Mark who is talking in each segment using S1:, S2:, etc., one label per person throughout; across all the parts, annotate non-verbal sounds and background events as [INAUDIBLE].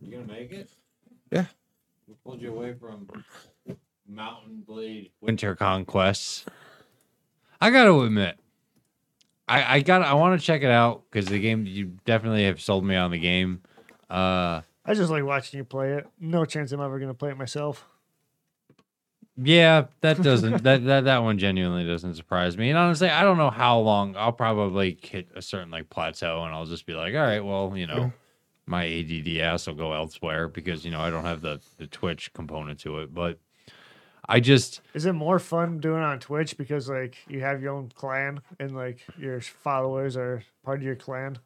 S1: You gonna make it?
S2: Yeah.
S1: We pulled you away from Mountain Blade.
S3: Winter Conquests. I gotta admit, I I got I want to check it out because the game you definitely have sold me on the game. Uh,
S4: I just like watching you play it. No chance I'm ever gonna play it myself.
S3: yeah, that doesn't that, that that one genuinely doesn't surprise me. And honestly, I don't know how long I'll probably hit a certain like plateau, and I'll just be like, all right, well, you know, my ADD ass will go elsewhere because you know I don't have the the Twitch component to it, but. I just
S4: Is it more fun doing it on Twitch because like you have your own clan and like your followers are part of your clan?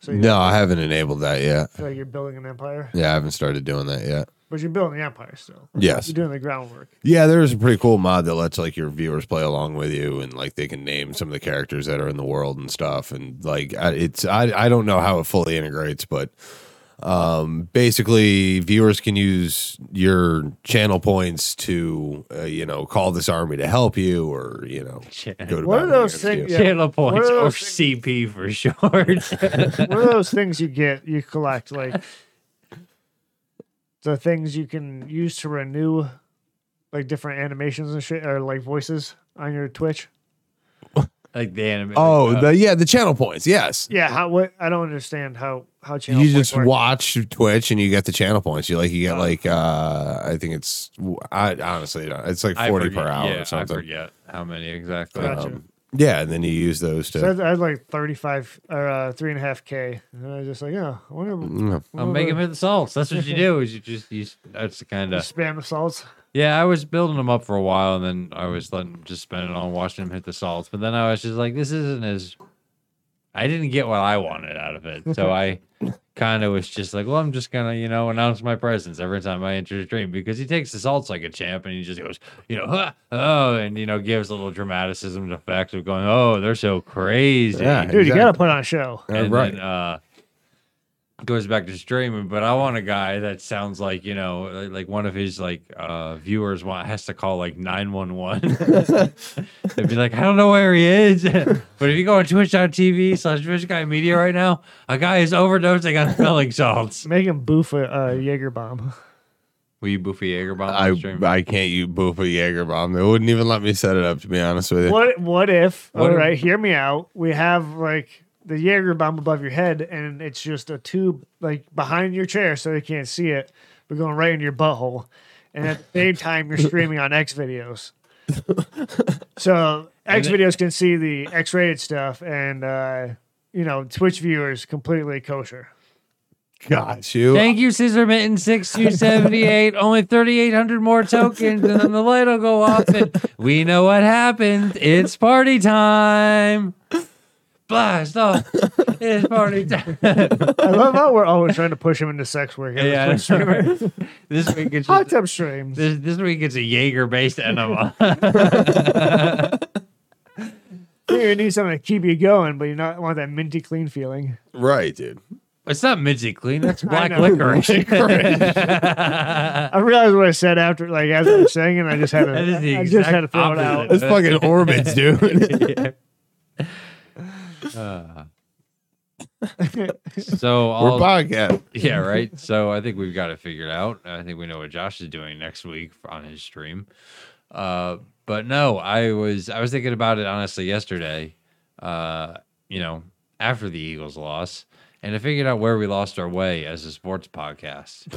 S4: So you
S2: No, I haven't enabled that yet.
S4: feel like you're building an empire,
S2: Yeah, I haven't started doing that yet.
S4: but you're building the empire still.
S2: Yes.
S4: You're doing the
S2: [LAUGHS]
S4: groundwork.
S2: Yeah, there's a pretty cool mod that lets like your viewers play along with you, and like they can name some of the characters that are in the world and stuff. And like I, it's I I don't know how it fully integrates, but um, basically viewers can use your channel points to uh, you know call this army to help you, or you know
S3: [LAUGHS]
S2: go to
S4: What are
S2: battle
S4: those
S2: against
S4: things-
S2: you.
S4: Yeah.
S3: channel points
S4: Well,
S3: or
S4: six-
S3: CP for [LAUGHS] short.
S4: What are those things you get? You collect like the things you can use to renew like different animations and shit, or like voices on your Twitch.
S3: like the anime.
S2: Oh,
S3: like, uh,
S2: the yeah, the channel points. Yes.
S4: Yeah, how what I don't understand how how channel
S2: you
S4: points
S2: just
S4: work.
S2: watch Twitch and you get the channel points. You like you get
S4: Oh.
S2: like uh I think it's I honestly don't- it's like
S3: I
S2: forty
S3: forget-
S2: per hour
S3: yeah,
S2: or something. Um,
S3: I forget how many exactly.
S4: Gotcha.
S2: Yeah, and then you use those to.
S4: So I had- I had like 35 or uh, three and a half K. And I was just like, oh, I wonder.
S2: Mm.
S3: I'm making the salts. That's what you do. Is you just you. s- That's the kind of
S4: spam assaults.
S3: yeah. I was building them up for a while, and then I was letting just spend it on watching them hit the salts. But then I was just like, this isn't as. I didn't get what I wanted out of it, so I kind of was just like, well, I'm just gonna you know announce my presence every time I enter the stream because he takes the salts like a champ, and he just goes you know "Huh, oh, and you know gives little dramaticism effects of going oh they're so crazy.
S2: Yeah.
S4: Dude, you got to
S2: Exactly.
S4: put on a show.
S2: Uh,
S3: and
S2: right.
S3: then, uh, goes back to streaming. But I want a guy that sounds like you know, like, like one of his like uh, viewers want has to call like nine one one. [LAUGHS] They'd be like, I don't know where he is, [LAUGHS] but if you go on Twitch.tv slash Fish Guy Media right now, a guy is overdosing on smelling salts.
S4: Make him boof a uh, Jaeger bomb. [LAUGHS]
S3: Will you boofy Jaeger bomb
S2: I
S3: on stream?
S2: I can't use Boopa Jaeger bomb. They wouldn't even let me set it up. To be honest with you,
S4: What What if,
S3: What
S4: all
S3: if-
S4: right, hear me out. We have like the Jaeger bomb above your head and it's just a tube like behind your chair so you can't see it, but going right into your butthole. And at the same time, you're streaming on
S3: [LAUGHS]
S4: X videos. So X
S3: it-
S4: videos can see the X rated stuff and, uh, you know, Twitch viewers completely kosher.
S2: gosh, you.
S3: Thank you, Scissor Mitten six two seventy eight. Only thirty eight hundred more tokens, and then the light will go off, and we know what happened. It's party time. Blast off! It's party time.
S4: I love how we're always trying to push him into sex work. every
S3: yeah,
S4: Twitch streamer.
S3: this week it's
S4: Hot
S3: just,
S4: tub streams.
S3: this, this week it's a Jaeger based enema.
S4: You need something to keep you going, but you not want that minty clean feeling.
S3: [LAUGHS]
S2: right, dude.
S3: it's not Mitzi clean. That's black
S4: know.
S3: licorice. [LAUGHS]
S4: I realized what I said after, like as I was saying, and I just had
S3: [LAUGHS]
S4: to,
S3: That is the
S4: I just had to
S3: exact
S4: throw it
S3: opposite.
S4: out.
S2: It's fucking
S3: [LAUGHS]
S2: orbits, dude.
S3: Uh, so
S2: We're
S3: all
S2: back at
S3: Yeah, right. So I think we've got it figured out. I think we know what Josh is doing next week on his stream. Uh, but no, I was I was thinking about it honestly yesterday. Uh, you know, after the Eagles loss, and I figured out where we lost our way as a sports
S4: [LAUGHS]
S3: podcast.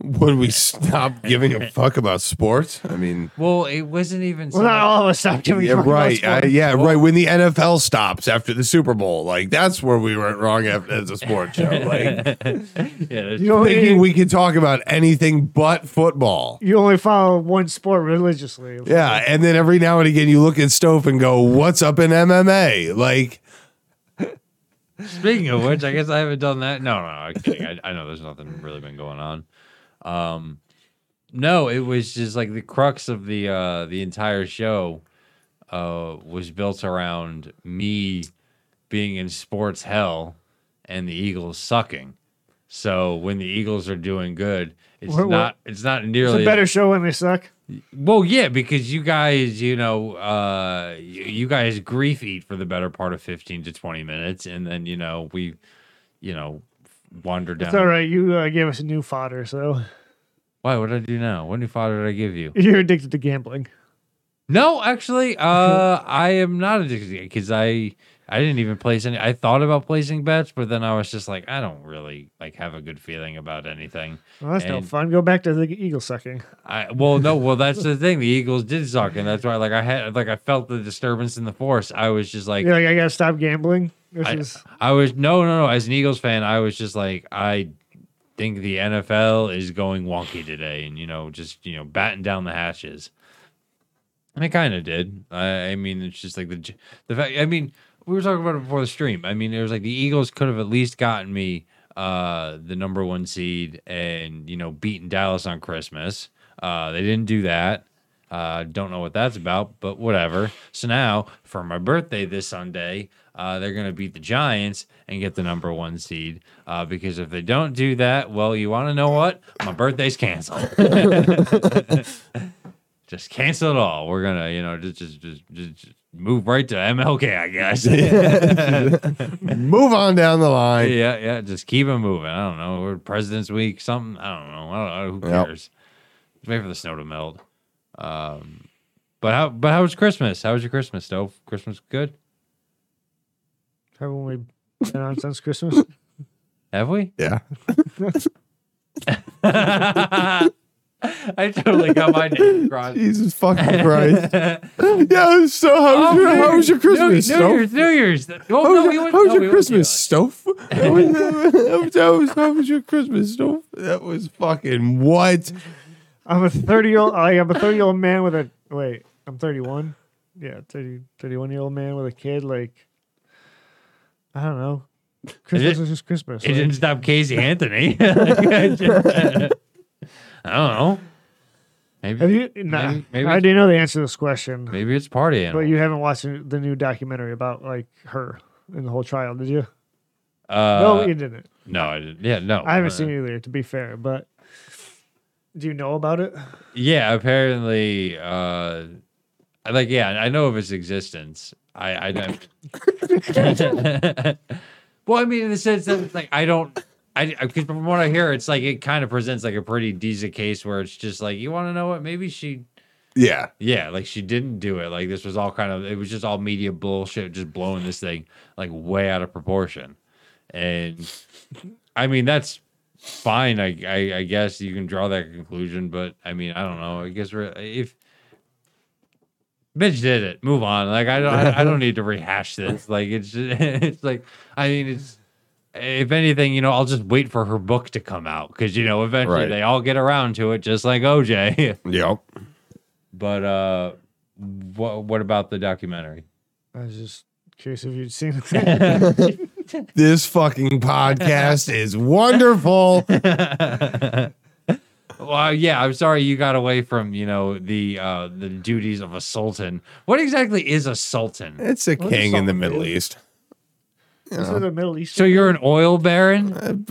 S2: when we stop giving a fuck about sports. I mean,
S3: Well, it wasn't even.
S4: Well, not all of us stopped giving
S2: yeah,
S4: a fuck about
S2: right, I,
S4: sports.
S2: yeah, right. When the NFL stops after the Super Bowl, like that's where we went wrong af-
S3: [LAUGHS]
S2: as a sports show. Like
S3: yeah, that's-
S4: You only,
S2: thinking we can talk about anything but football.
S4: you only follow one sport religiously.
S2: Yeah, and then every now and again you look at Stove and go, "What's up in MMA?" Like,
S3: Speaking of which, I guess I haven't done that. No, no, I'm kidding. I, I know there's nothing really been going on. Um, no, it was just like the crux of the uh, the entire show uh, was built around me being in sports hell and the Eagles sucking. So when the Eagles are doing good, it's
S4: We're- we're-
S3: not it's not
S4: It's
S3: nearly
S4: a better show when they suck.
S3: well, yeah, because you guys, you know, uh, y- you guys grief eat for the better part of 15 to 20 minutes. And then, you know, we, you know, wander down.
S4: It's all right. You uh, gave us a new fodder, so
S3: Why? What did I do now? What new fodder did I give you?
S4: you're addicted to gambling.
S3: No, actually,
S4: [LAUGHS]
S3: uh, I am not addicted because I I didn't even place any. I thought about placing bets, but then I was just like, I don't really like have a good feeling about anything.
S4: Well, that's no
S3: And-
S4: fun. Go back to the eagle sucking.
S3: I well, no, well that's the thing. The Eagles did suck, and that's why like I had like I felt the disturbance in the force. I was just like,
S4: You're like, I gotta stop gambling. This
S3: I-
S4: is
S3: I was no, no, no. As an Eagles fan, I was just like, I think the NFL is going wonky today, and you know, just you know, batting down the hatches. And it kind of did. I, I mean, it's just like the J- the fact. I mean, we were talking about it before the stream. I mean, it was like the Eagles could have at least gotten me uh the number one seed and you know beaten Dallas on Christmas. Uh, they didn't do that. Uh, don't know what that's about, but whatever. So now for my birthday this Sunday, uh, they're going to beat the Giants and get the number one seed. Uh, because if they don't do that, well, you want to know what? My birthday's canceled. [LAUGHS] just cancel it all. We're gonna, you know, just just just, just just move right to MLK, I guess.
S2: Move on down the line.
S3: yeah, yeah. Just keep it moving. I don't know. We're President's Week, something. I don't know. I don't know. Who
S2: Yep.
S3: cares? Just wait for the snow to melt. Um, but how? But how was Christmas? How was your Christmas, Stove? Christmas good? [LAUGHS]
S4: haven't we been on since Christmas?
S3: Have we? [LAUGHS]
S2: Yeah.
S3: I totally got my
S2: [LAUGHS]
S3: name crossed. [LAUGHS]
S2: Jesus fucking Christ. yeah. So
S3: Oh,
S2: how was your, how was your Christmas?
S3: New,
S2: Stoph?
S3: Year's, New Year's. Well,
S2: How
S3: no,
S2: was,
S3: we
S2: your,
S3: went-
S2: how was
S3: no,
S2: your
S3: we went
S2: Christmas,
S3: to- [LAUGHS]
S2: Stove? That was, that was- how was your Christmas, Stove? That was fucking what?
S4: I'm a 30 year old. I'm a 30 year old man with a wait. I'm 31. Yeah, 30, 31 year old man with a kid. Like, I don't know. Christmas is just Christmas.
S3: It
S4: like-
S3: didn't stop Casey
S2: [LAUGHS]
S3: Anthony. [LAUGHS] I don't know.
S4: have
S3: Maybe
S4: you? Nah,
S3: Maybe- maybe
S4: I
S3: it's-
S4: do know the answer to this question,
S3: maybe it's party
S4: but
S3: animal.
S4: you haven't watched the new documentary about like her and the whole trial, did you?
S3: uh,
S4: no,
S3: no,
S4: you didn't.
S3: no, I didn't. yeah, no.
S4: I haven't
S3: Uh,
S4: seen it either, to be fair. But do you know about it?
S3: Yeah, apparently, uh, I- like, yeah, I know of its existence. I, I don't. well, I mean, in the sense that, like, I don't. I, I- 'cause from what I hear, it's like it kind of presents like a pretty decent case where it's just like you want to know what maybe she
S2: Yeah.
S3: Yeah, like she didn't do it. Like this was all kind of it was just all media bullshit, just blowing this thing like way out of proportion. And I mean that's fine. I I, I guess you can draw that conclusion, but I mean I don't know. I guess we're if bitch did it, move on. Like I don't I, I don't need to rehash this. Like it's [LAUGHS] it's like I mean it's. If anything, you know, I'll just wait for her book to come out because you know eventually
S2: Right.
S3: they all get around to it, just like [LAUGHS] OJ.
S2: Yep.
S3: But uh, what what about the documentary?
S4: I was just curious if you'd seen it. [LAUGHS]
S3: yeah,
S2: This fucking podcast
S3: [LAUGHS]
S2: is wonderful.
S3: well, yeah. I'm sorry you got away from you know the uh, the duties of a sultan. What exactly is a sultan?
S2: It's a
S4: What's
S2: king in the
S4: something,
S2: Middle
S4: dude?
S2: East.
S4: This is the Middle East.
S3: So you're an oil baron.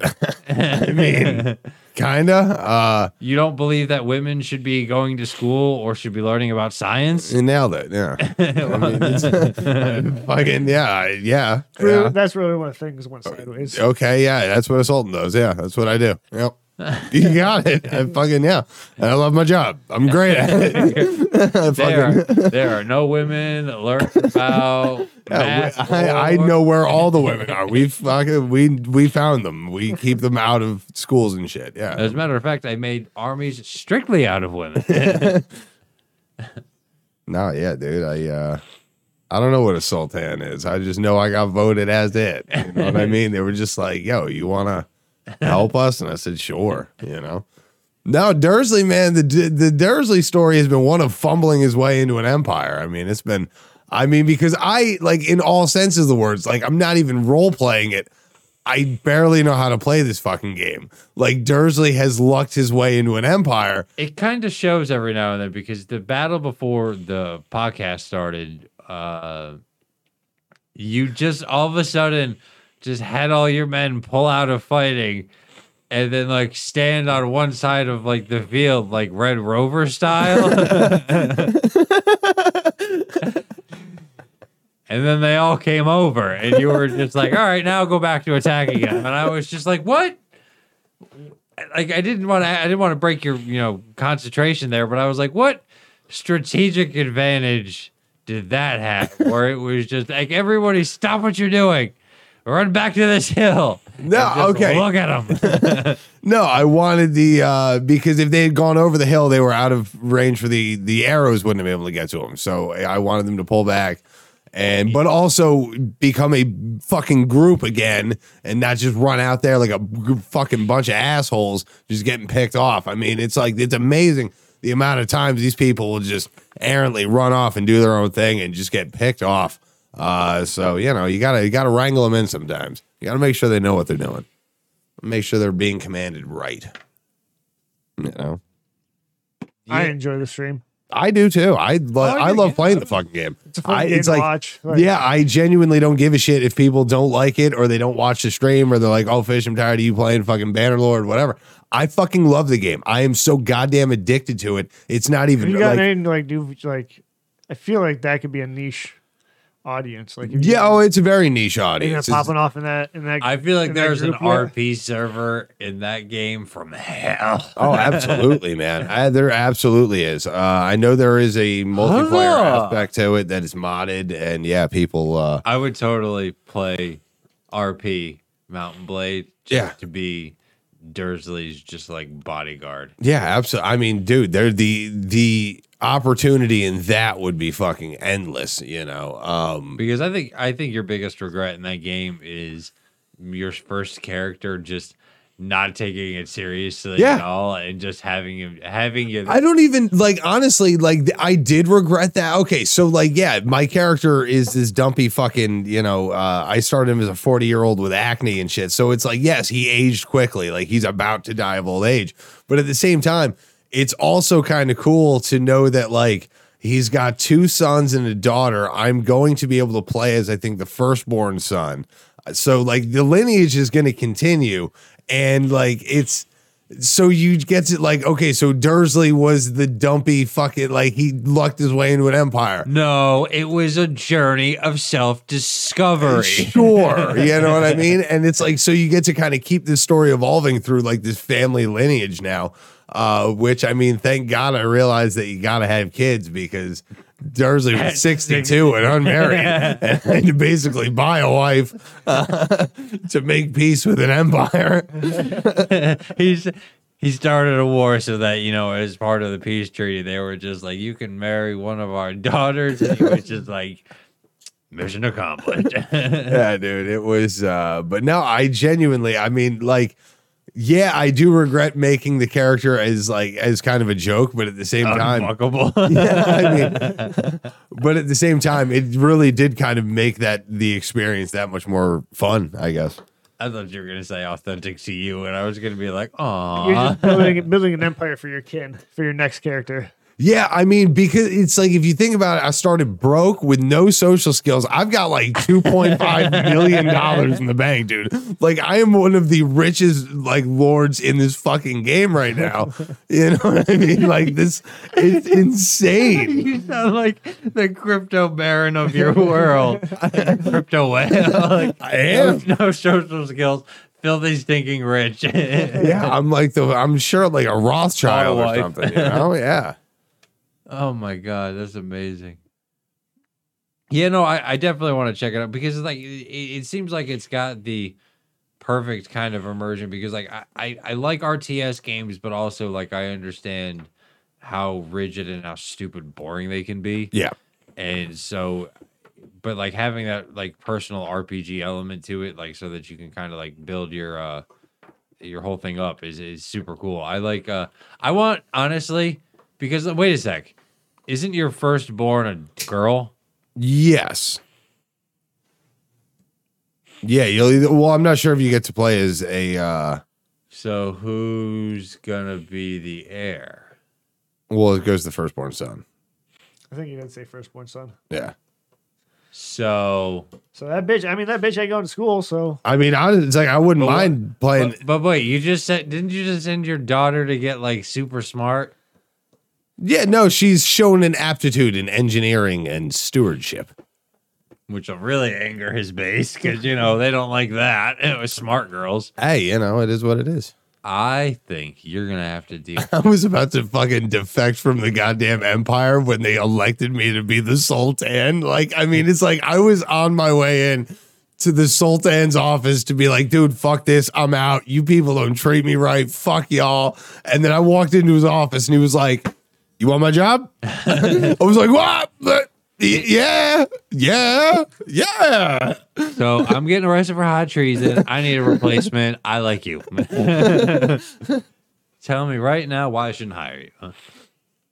S3: [LAUGHS]
S2: I mean, kinda. Uh,
S3: you don't believe that women should be going to school or should be learning about science.
S2: you nailed
S3: [LAUGHS]
S2: it. Yeah. I mean, it's- [LAUGHS] fucking yeah, I- yeah,
S4: Really-
S2: yeah.
S4: That's really where things went sideways.
S2: Okay, yeah, that's what a sultan does. Yeah, that's what I do.
S3: [LAUGHS]
S2: Yep. You got it. I fucking yeah. And I love my job. I'm great at it. I
S3: [LAUGHS] There,
S2: fucking-
S3: are,
S2: [LAUGHS]
S3: there are no women learning about.
S2: Yeah,
S3: math
S2: we- I, I
S3: or-
S2: know where all the women are. We fucking we we found them. We keep them out of schools and shit. Yeah.
S3: As a matter of fact, I made armies strictly out of women.
S2: No, yeah, dude. I uh I don't know what a sultan is. I just know I got voted as it. You know what I mean? They were just like, "Yo, you want to help us?" And I said, "Sure." You know. No, Dursley, man. The the Dursley story has been one of fumbling his way into an empire. I mean, it's been. I mean, because I like in all senses of the words. Like, I'm not even role playing it. I barely know how to play this fucking game. Like Dursley has lucked his way into an empire.
S3: it kind of shows every now and then because the battle before the podcast started, uh, you just all of a sudden just had all your men pull out of fighting and then like stand on one side of like the field, like Red Rover style. And then they all came over, and you were just like, all right, now go back to attacking him. And I was just like, what? Like I didn't want to, I didn't want to break your, you know, concentration there, but I was like, what strategic advantage did that have? Where it was just like, everybody, stop what you're doing, run back to this hill. and
S2: No,
S3: just
S2: okay.
S3: Look at them.
S2: No, I wanted the uh because if they had gone over the hill, they were out of range for the the arrows wouldn't have been able to get to them. So I wanted them to pull back and but also become a fucking group again and not just run out there like a g- fucking bunch of assholes just getting picked off. I mean, it's like it's amazing the amount of times these people will just errantly run off and do their own thing and just get picked off. Uh so, you know, you got to you got to wrangle them in sometimes. You got to make sure they know what they're doing make sure they're being commanded right. You know,
S4: I enjoy the stream.
S2: I do too. I love
S3: Oh, yeah,
S2: I love
S3: yeah.
S2: playing the fucking game.
S4: It's a fun
S2: I-
S4: game
S2: it's
S4: to
S2: like-
S4: watch.
S2: yeah, I genuinely don't give a shit if people don't like it or they don't watch the stream or they're like, "Oh, fish, I'm tired of you playing fucking Bannerlord, whatever." I fucking love the game. I am so goddamn addicted to it. It's
S4: Have
S2: not even
S4: you got
S2: like,
S4: any like do like? I feel like that could be a niche audience. Like, if you
S2: yeah, oh, it's a very niche
S4: you're
S2: audience. It's-
S4: popping off in that in that.
S3: I feel like
S4: in that
S3: there's an
S4: group, yeah.
S3: RP server in that game from hell.
S2: [LAUGHS] Oh, absolutely, man. I, there absolutely is. Uh, I know there is a multiplayer
S3: Huzzah!
S2: aspect to it that is modded, and yeah, people. Uh,
S3: I would totally play RP Mountain Blade just
S2: Yeah.
S3: to be Dursley's just like bodyguard.
S2: Yeah, absolutely. I mean, dude, there the the opportunity in that would be fucking endless, you know. Um
S3: Because I think I think your biggest regret in that game is your first character just not taking it seriously
S2: Yeah.
S3: at all and just having him having you
S2: I don't even like honestly like th- I did regret that. Okay, so like yeah, my character is this dumpy fucking, you know, uh I started him as a 40-year-old with acne and shit. So it's like yes, he aged quickly. Like he's about to die of old age. But at the same time, it's also kind of cool to know that like he's got two sons and a daughter. I'm going to be able to play as I think the firstborn son. So like the lineage is going to continue and like it's so you get it like okay so dursley was the dumpy fucking like he lucked his way into an empire
S3: No, it was a journey of self-discovery.
S2: [LAUGHS] sure you know what i mean and it's like so you get to kind of keep this story evolving through like this family lineage now uh which i mean thank god i realized that you gotta have kids because dursley was 62 and unmarried and had to basically buy a wife uh, [LAUGHS] to make peace with an empire
S3: [LAUGHS] he's he started a war so that you know as part of the peace treaty they were just like you can marry one of our [LAUGHS] daughters and he was just like mission [LAUGHS] accomplished
S2: yeah, dude, it was. uh But no, I genuinely, I mean, like, yeah, I do regret making the character as like as kind of a joke, but at the
S3: Oh,
S2: same time,
S3: Unfuckable.
S2: [LAUGHS] yeah, I mean, but at the same time, it really did kind of make that the experience that much more fun, I guess.
S3: i thought you were gonna say authentic to you and i was gonna be like
S4: You're just
S3: oh [LAUGHS]
S4: building, building an empire for your kin, for your next character.
S2: Yeah, I mean, because it's like if you think about it, I started broke with no social skills. I've got like two point five million dollars in the bank, dude. Like I am one of the richest like lords in this fucking game right now. You know what I mean? Like this, it's insane.
S3: you sound like the crypto baron of [LAUGHS] your world crypto whale like,
S2: I am.
S3: [LAUGHS] no social skills filthy stinking rich
S2: Yeah, I'm like the. I'm sure like a Rothschild
S3: Auto
S2: or
S3: wife.
S2: something. You know? Yeah.
S3: Oh my god, that's amazing. Yeah, no, I, I definitely want to check it out because it's like it, it seems like it's got the perfect kind of immersion because like I, I, I like RTS games, but also like I understand how rigid and how stupid boring they can be.
S2: Yeah.
S3: And so but like having that like personal RPG element to it, like so that you can kind of like build your uh your whole thing up is is super cool. I like uh I want honestly because uh, wait a sec. Isn't your firstborn a girl?
S2: Yes. Yeah, you'll either. Well, I'm not sure if you get to play as a. uh
S3: So who's gonna be the heir?
S2: Well, it goes to the firstborn son.
S4: I think you did say firstborn son.
S2: Yeah.
S3: So
S4: So that bitch. I mean, that bitch ain't going to school. So
S2: I mean, I, it's like I wouldn't
S3: But what-
S2: mind playing.
S3: but, but wait, you just said didn't you just send your daughter to get like super smart?
S2: yeah, no, she's shown an aptitude in engineering and stewardship.
S3: which will really anger his base because you know they don't like that. [LAUGHS] It was smart girls.
S2: Hey, you know, it is what it is.
S3: I think you're gonna have to deal.
S2: I was about to fucking defect from the goddamn empire when they elected me to be the Sultan. Like, I mean, it's like I was on my way in to the Sultan's office to be like, dude, fuck this. I'm out. You people don't treat me right. Fuck y'all. And then I walked into his office and he was like, You want
S3: [LAUGHS]
S2: my job? I was like, What? But- y- Yeah, yeah, yeah.
S3: So I'm getting arrested for high treason. I need a replacement. I like you. [LAUGHS] Tell me right now why I shouldn't hire you.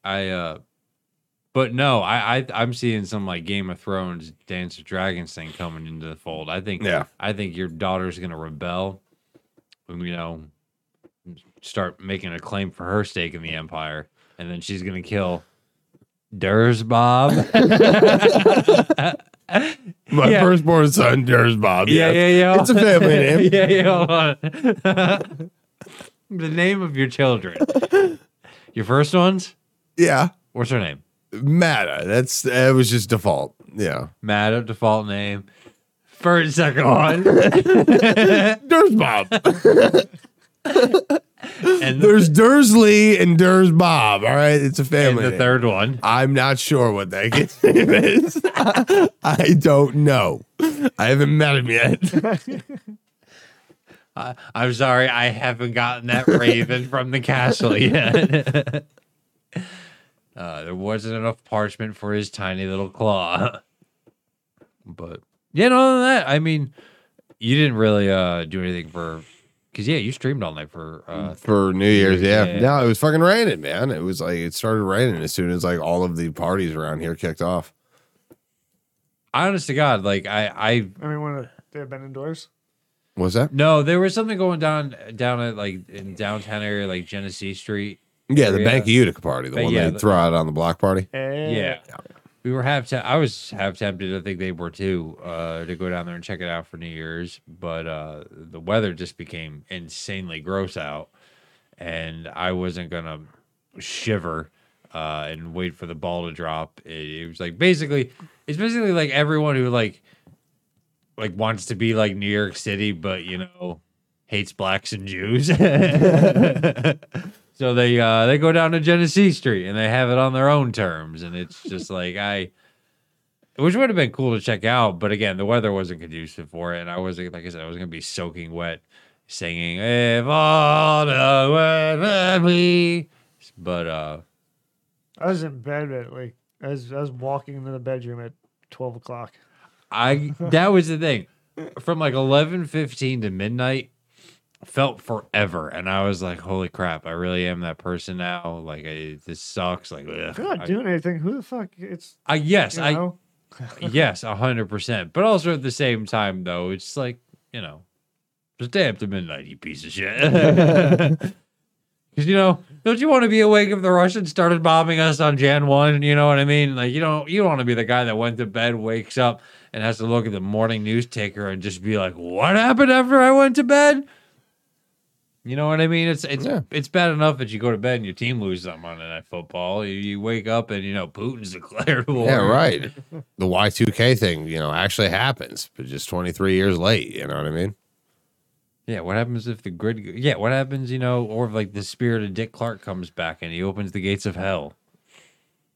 S3: I uh but no, I, I I'm seeing some like Game of Thrones Dance of Dragons thing coming into the fold. I think
S2: Yeah.
S3: I think your daughter's gonna rebel and you know start making a claim for her stake in the empire, and then she's gonna kill Durs Bob.
S2: My
S3: Yeah.
S2: firstborn son, there's Bob.
S3: Yeah, yeah, yeah. [LAUGHS]
S2: It's a family name.
S3: yeah, yeah. Hold on. [LAUGHS] the name of your children. Your first ones.
S2: yeah.
S3: What's her name?
S2: Matta. That's it was just default.
S3: [LAUGHS]
S2: Yeah.
S3: Mad up default name. First, second
S2: [LAUGHS]
S3: one.
S2: Durs Bob.
S3: and the,
S2: [LAUGHS] There's Dursley and Durs Bob. All right. It's a
S3: and
S2: family.
S3: the
S2: name.
S3: third one.
S2: I'm not sure what that [LAUGHS] kid's name is. [LAUGHS] I don't know. I haven't met him yet. [LAUGHS]
S3: I, I'm sorry, I haven't gotten that raven from the castle yet. uh, there wasn't enough parchment for his tiny little claw. [LAUGHS] But yeah, no, other than that, I mean, you didn't really uh, do anything for because yeah, you streamed all night for uh,
S2: For New Year's, yeah.
S3: Yeah.
S2: No, it was fucking raining, man. It was like it started raining as soon as like all of the parties around here kicked off.
S3: honest to God, like I I
S4: I mean, when they've been indoors.
S2: Was that?
S3: no, there was something going down down at like in downtown area like Genesee Street
S2: Yeah, the
S3: Yeah.
S2: Bank of Utica party, the
S3: But
S2: one
S3: yeah,
S2: they
S3: the-
S2: throw out on the block party.
S4: Eh,
S3: Yeah. We were half te- I was half tempted, I think they were too, uh, to go down there and check it out for New Year's, but uh the weather just became insanely gross out and I wasn't gonna shiver uh and wait for the ball to drop. It, it was like basically it's basically like everyone who like like wants to be like New York City, but you know, hates blacks and Jews. [LAUGHS] So they uh, they go down to Genesee Street and they have it on their own terms, and it's just like I, which would have been cool to check out, but again, the weather wasn't conducive for it, and I wasn't like I said, I was gonna be soaking wet, singing "If all the world were me," but uh,
S4: I was in bed at like I was I was walking into the bedroom at twelve o'clock.
S3: I that was the thing. From like eleven fifteen to midnight felt forever, and I was like, "Holy crap! I really am that person now." Like, I, this sucks. Like, ugh.
S4: They're not
S3: I-
S4: doing anything. Who the fuck? It's
S3: I yes,
S4: you
S3: I
S4: know.
S3: [LAUGHS] yes, a hundred percent. But also at the same time, though, it's like you know, stay up to midnight, you piece of
S2: [LAUGHS]
S3: shit. Because you know, don't you want to be awake if the Russians started bombing us on Jan one? You know what I mean? Like you don't you don't want to be the guy that went to bed, wakes up, and has to look at the morning news ticker and just be like, "What happened after I went to bed?" You know what I mean? It's it's
S2: Yeah.
S3: it's bad enough that you go to bed and your team loses on Monday Night Football. You, you wake up and you know Putin's [LAUGHS] declared war.
S2: Yeah, right. The Y2K thing, you know, actually happens, but just 23 years late. You know what I mean?
S3: Yeah, what happens if the grid? go- Yeah, what happens? You know, or if like the spirit of Dick Clark comes back and he opens the gates of hell.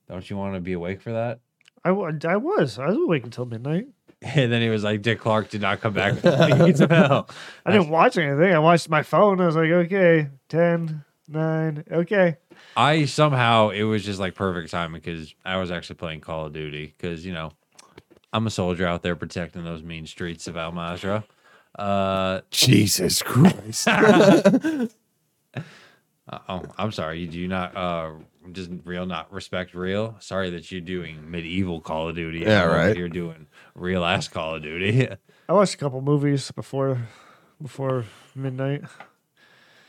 S3: Don't you want to be awake for that? [LAUGHS]
S4: I, wa- I was I was awake until midnight.
S3: And then he was like, Dick Clark did not come back. from the gates of hell.
S4: I didn't watch anything. I watched my phone. I was like, okay, 10, 9, okay.
S3: I somehow it was just like perfect timing because I was actually playing Call of Duty because you know I'm a soldier out there protecting those mean streets of Al Masra. Uh
S2: Jesus Christ.
S3: Uh, Oh, I'm sorry. You do not uh just real not respect real. Sorry that you're doing medieval Call of Duty.
S2: Yeah,
S3: I'm over
S2: right.
S3: You're doing real ass Call of Duty. [LAUGHS]
S4: I watched a couple movies before before midnight.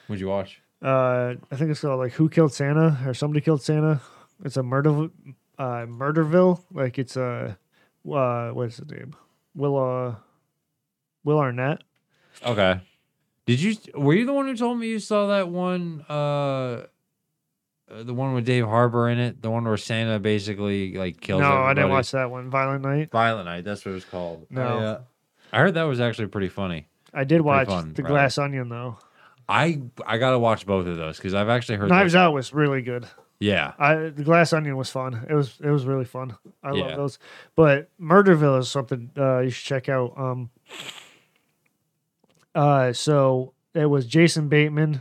S3: What'd you watch?
S4: Uh, I think it's called like Who Killed Santa or Somebody Killed Santa. It's a murder uh, Murderville. Like it's a uh, what's the name? Will uh Will Arnett.
S3: Okay. Did you were you the one who told me you saw that one uh uh, the one with Dave Harbour in it, the one where Santa basically like kills.
S4: No, I didn't
S3: everybody.
S4: watch that one. Violent Night.
S3: Violent Night. That's what it was called.
S4: No.
S3: I, uh, I heard that was actually pretty funny.
S4: I did watch
S3: fun,
S4: The
S3: right.
S4: Glass Onion though.
S3: I I gotta watch both of those because I've actually heard.
S4: Knives
S3: those-
S4: Out was really good.
S3: Yeah,
S4: I The Glass Onion was fun. It was it was really fun. I
S3: Yeah.
S4: love those. But Murderville is something uh, you should check out. Um. Uh, so it was Jason Bateman,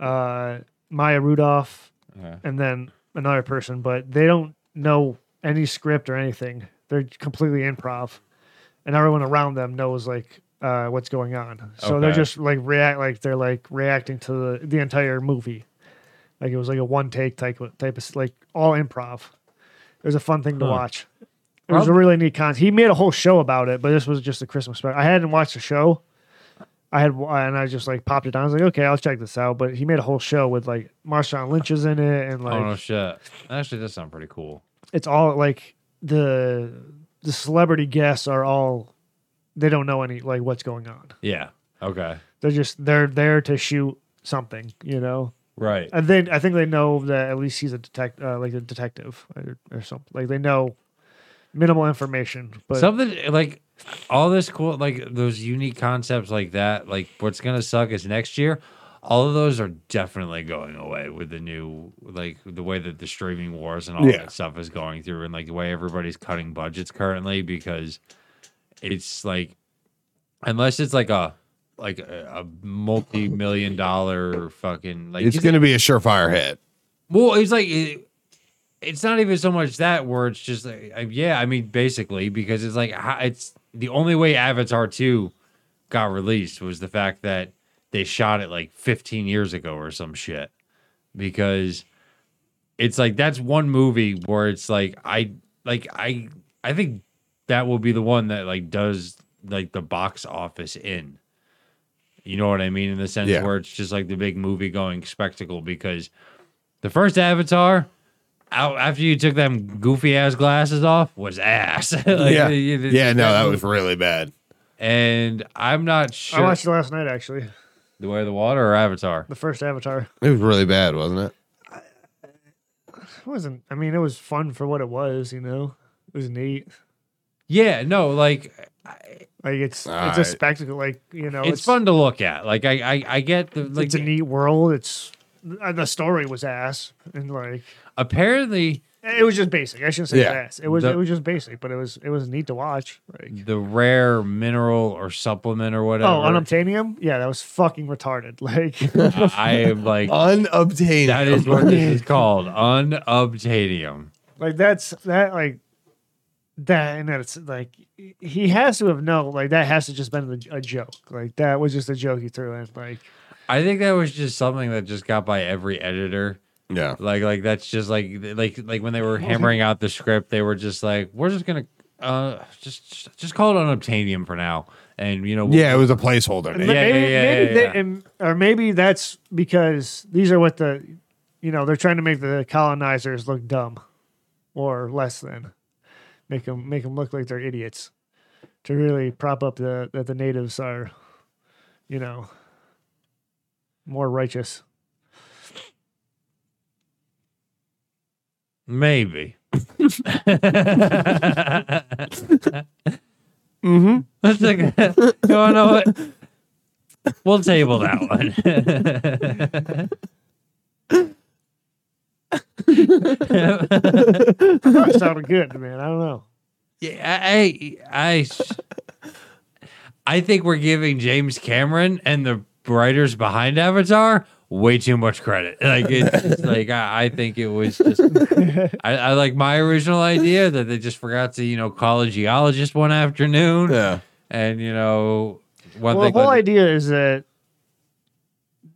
S4: uh, Maya Rudolph,
S3: Yeah.
S4: and then another person, but they don't know any script or anything. They're completely improv, and everyone around them knows like uh, what's going on. So they're
S3: Okay.
S4: just like react like they're like reacting to the, the entire movie. Like it was like a one take type of, type of like all improv. It was a fun thing to
S3: Huh.
S4: watch. It was a really neat con. He made a whole show about it, but this was just a Christmas special. I hadn't watched the show. I had and I just like popped it on. I was like, okay, I'll check this out. But he made a whole show with like Marshawn Lynch is in it, and like
S3: oh no shit. Actually, does sound pretty cool.
S4: it's all like the the celebrity guests are all they don't know any like what's going on.
S3: Yeah. Okay.
S4: They're just they're there to shoot something, you know.
S3: Right.
S4: And then I think they know that at least he's a detect uh, like a detective or, or something. Like they know minimal information, but
S3: Something like all this cool, like those unique concepts like that. Like what's gonna suck is next year. All of those are definitely going away with the new, like the way that the streaming wars and all
S2: Yeah.
S3: that stuff is going through, and like the way everybody's cutting budgets currently because it's like, unless it's like a like a, a multi-million dollar fucking like
S2: It's
S3: you-
S2: going to be a surefire hit.
S3: Well, it's like it, it's not even so much that where it's just like uh, yeah, I mean basically because it's like ho- it's the only way Avatar 2 got released was the fact that they shot it like 15 years ago or some shit because it's like that's one movie where it's like I like I I think that will be the one that like does like the box office in. You know what I mean in the sense
S2: Yeah.
S3: where it's just like the big movie going spectacle because the first Avatar out after you took them goofy ass glasses off was ass. [LAUGHS] Like,
S2: yeah.
S3: you- you-
S2: yeah. No, that was really bad.
S3: And I'm not
S4: I
S3: sure
S4: watched it last night actually.
S3: the way of the water or Avatar.
S4: The first Avatar
S2: It was really bad, wasn't it?
S4: it wasn't. I mean, it was fun for what it was. You know, it was neat.
S3: Yeah, no, like
S4: Like it's it's a
S2: Alright.
S4: spectacle. Like you know,
S3: it's, fun to look at. Like I, I, I get the like
S4: it's a neat world. It's and the story was ass and like
S3: apparently
S4: it was just basic. I shouldn't say
S2: Yeah.
S4: ass. It was
S3: The-
S4: it was just basic, but it was it was neat to watch. Like
S3: the rare mineral or supplement or whatever.
S4: oh, unobtainium. Yeah, that was fucking retarded. [LAUGHS] Like
S3: I I am
S2: [LAUGHS]
S3: like
S2: Unobtained.
S3: that is what this is called unobtainium.
S4: like that's that like that and that's like he has to have known like that has to just been a, a joke. Like that was just a joke he threw in. Like
S3: I think that was just something that just got by every editor.
S2: [LAUGHS] Yeah.
S3: Like like that's just like like like when they were hammering out the script, they were just like, we're just gonna uh just just call it unobtainium for now, and you know we'll-
S2: Yeah. It was a placeholder.
S4: And
S2: name.
S3: yeah,
S4: maybe,
S3: yeah,
S4: maybe
S3: yeah,
S4: they,
S3: yeah.
S4: And, or maybe that's because these are what the, you know, they're trying to make the colonizers look dumb, or less than, make them make them look like they're idiots, to really prop up the that the natives are, you know, more righteous. [LAUGHS]
S3: Maybe. [LAUGHS] mm-hmm. Let's [LAUGHS] look at no, no, what? We'll table that one.
S4: That sounded good, man. I don't know.
S3: yeah, I, I, I think we're giving James Cameron and the writers behind Avatar way too much credit. Like it's just like I, I think it was just I, I like my original idea that they just forgot to you know call a geologist one afternoon
S2: Yeah.
S3: and you know one
S4: Well, the
S3: thing
S4: whole
S3: led-
S4: idea is that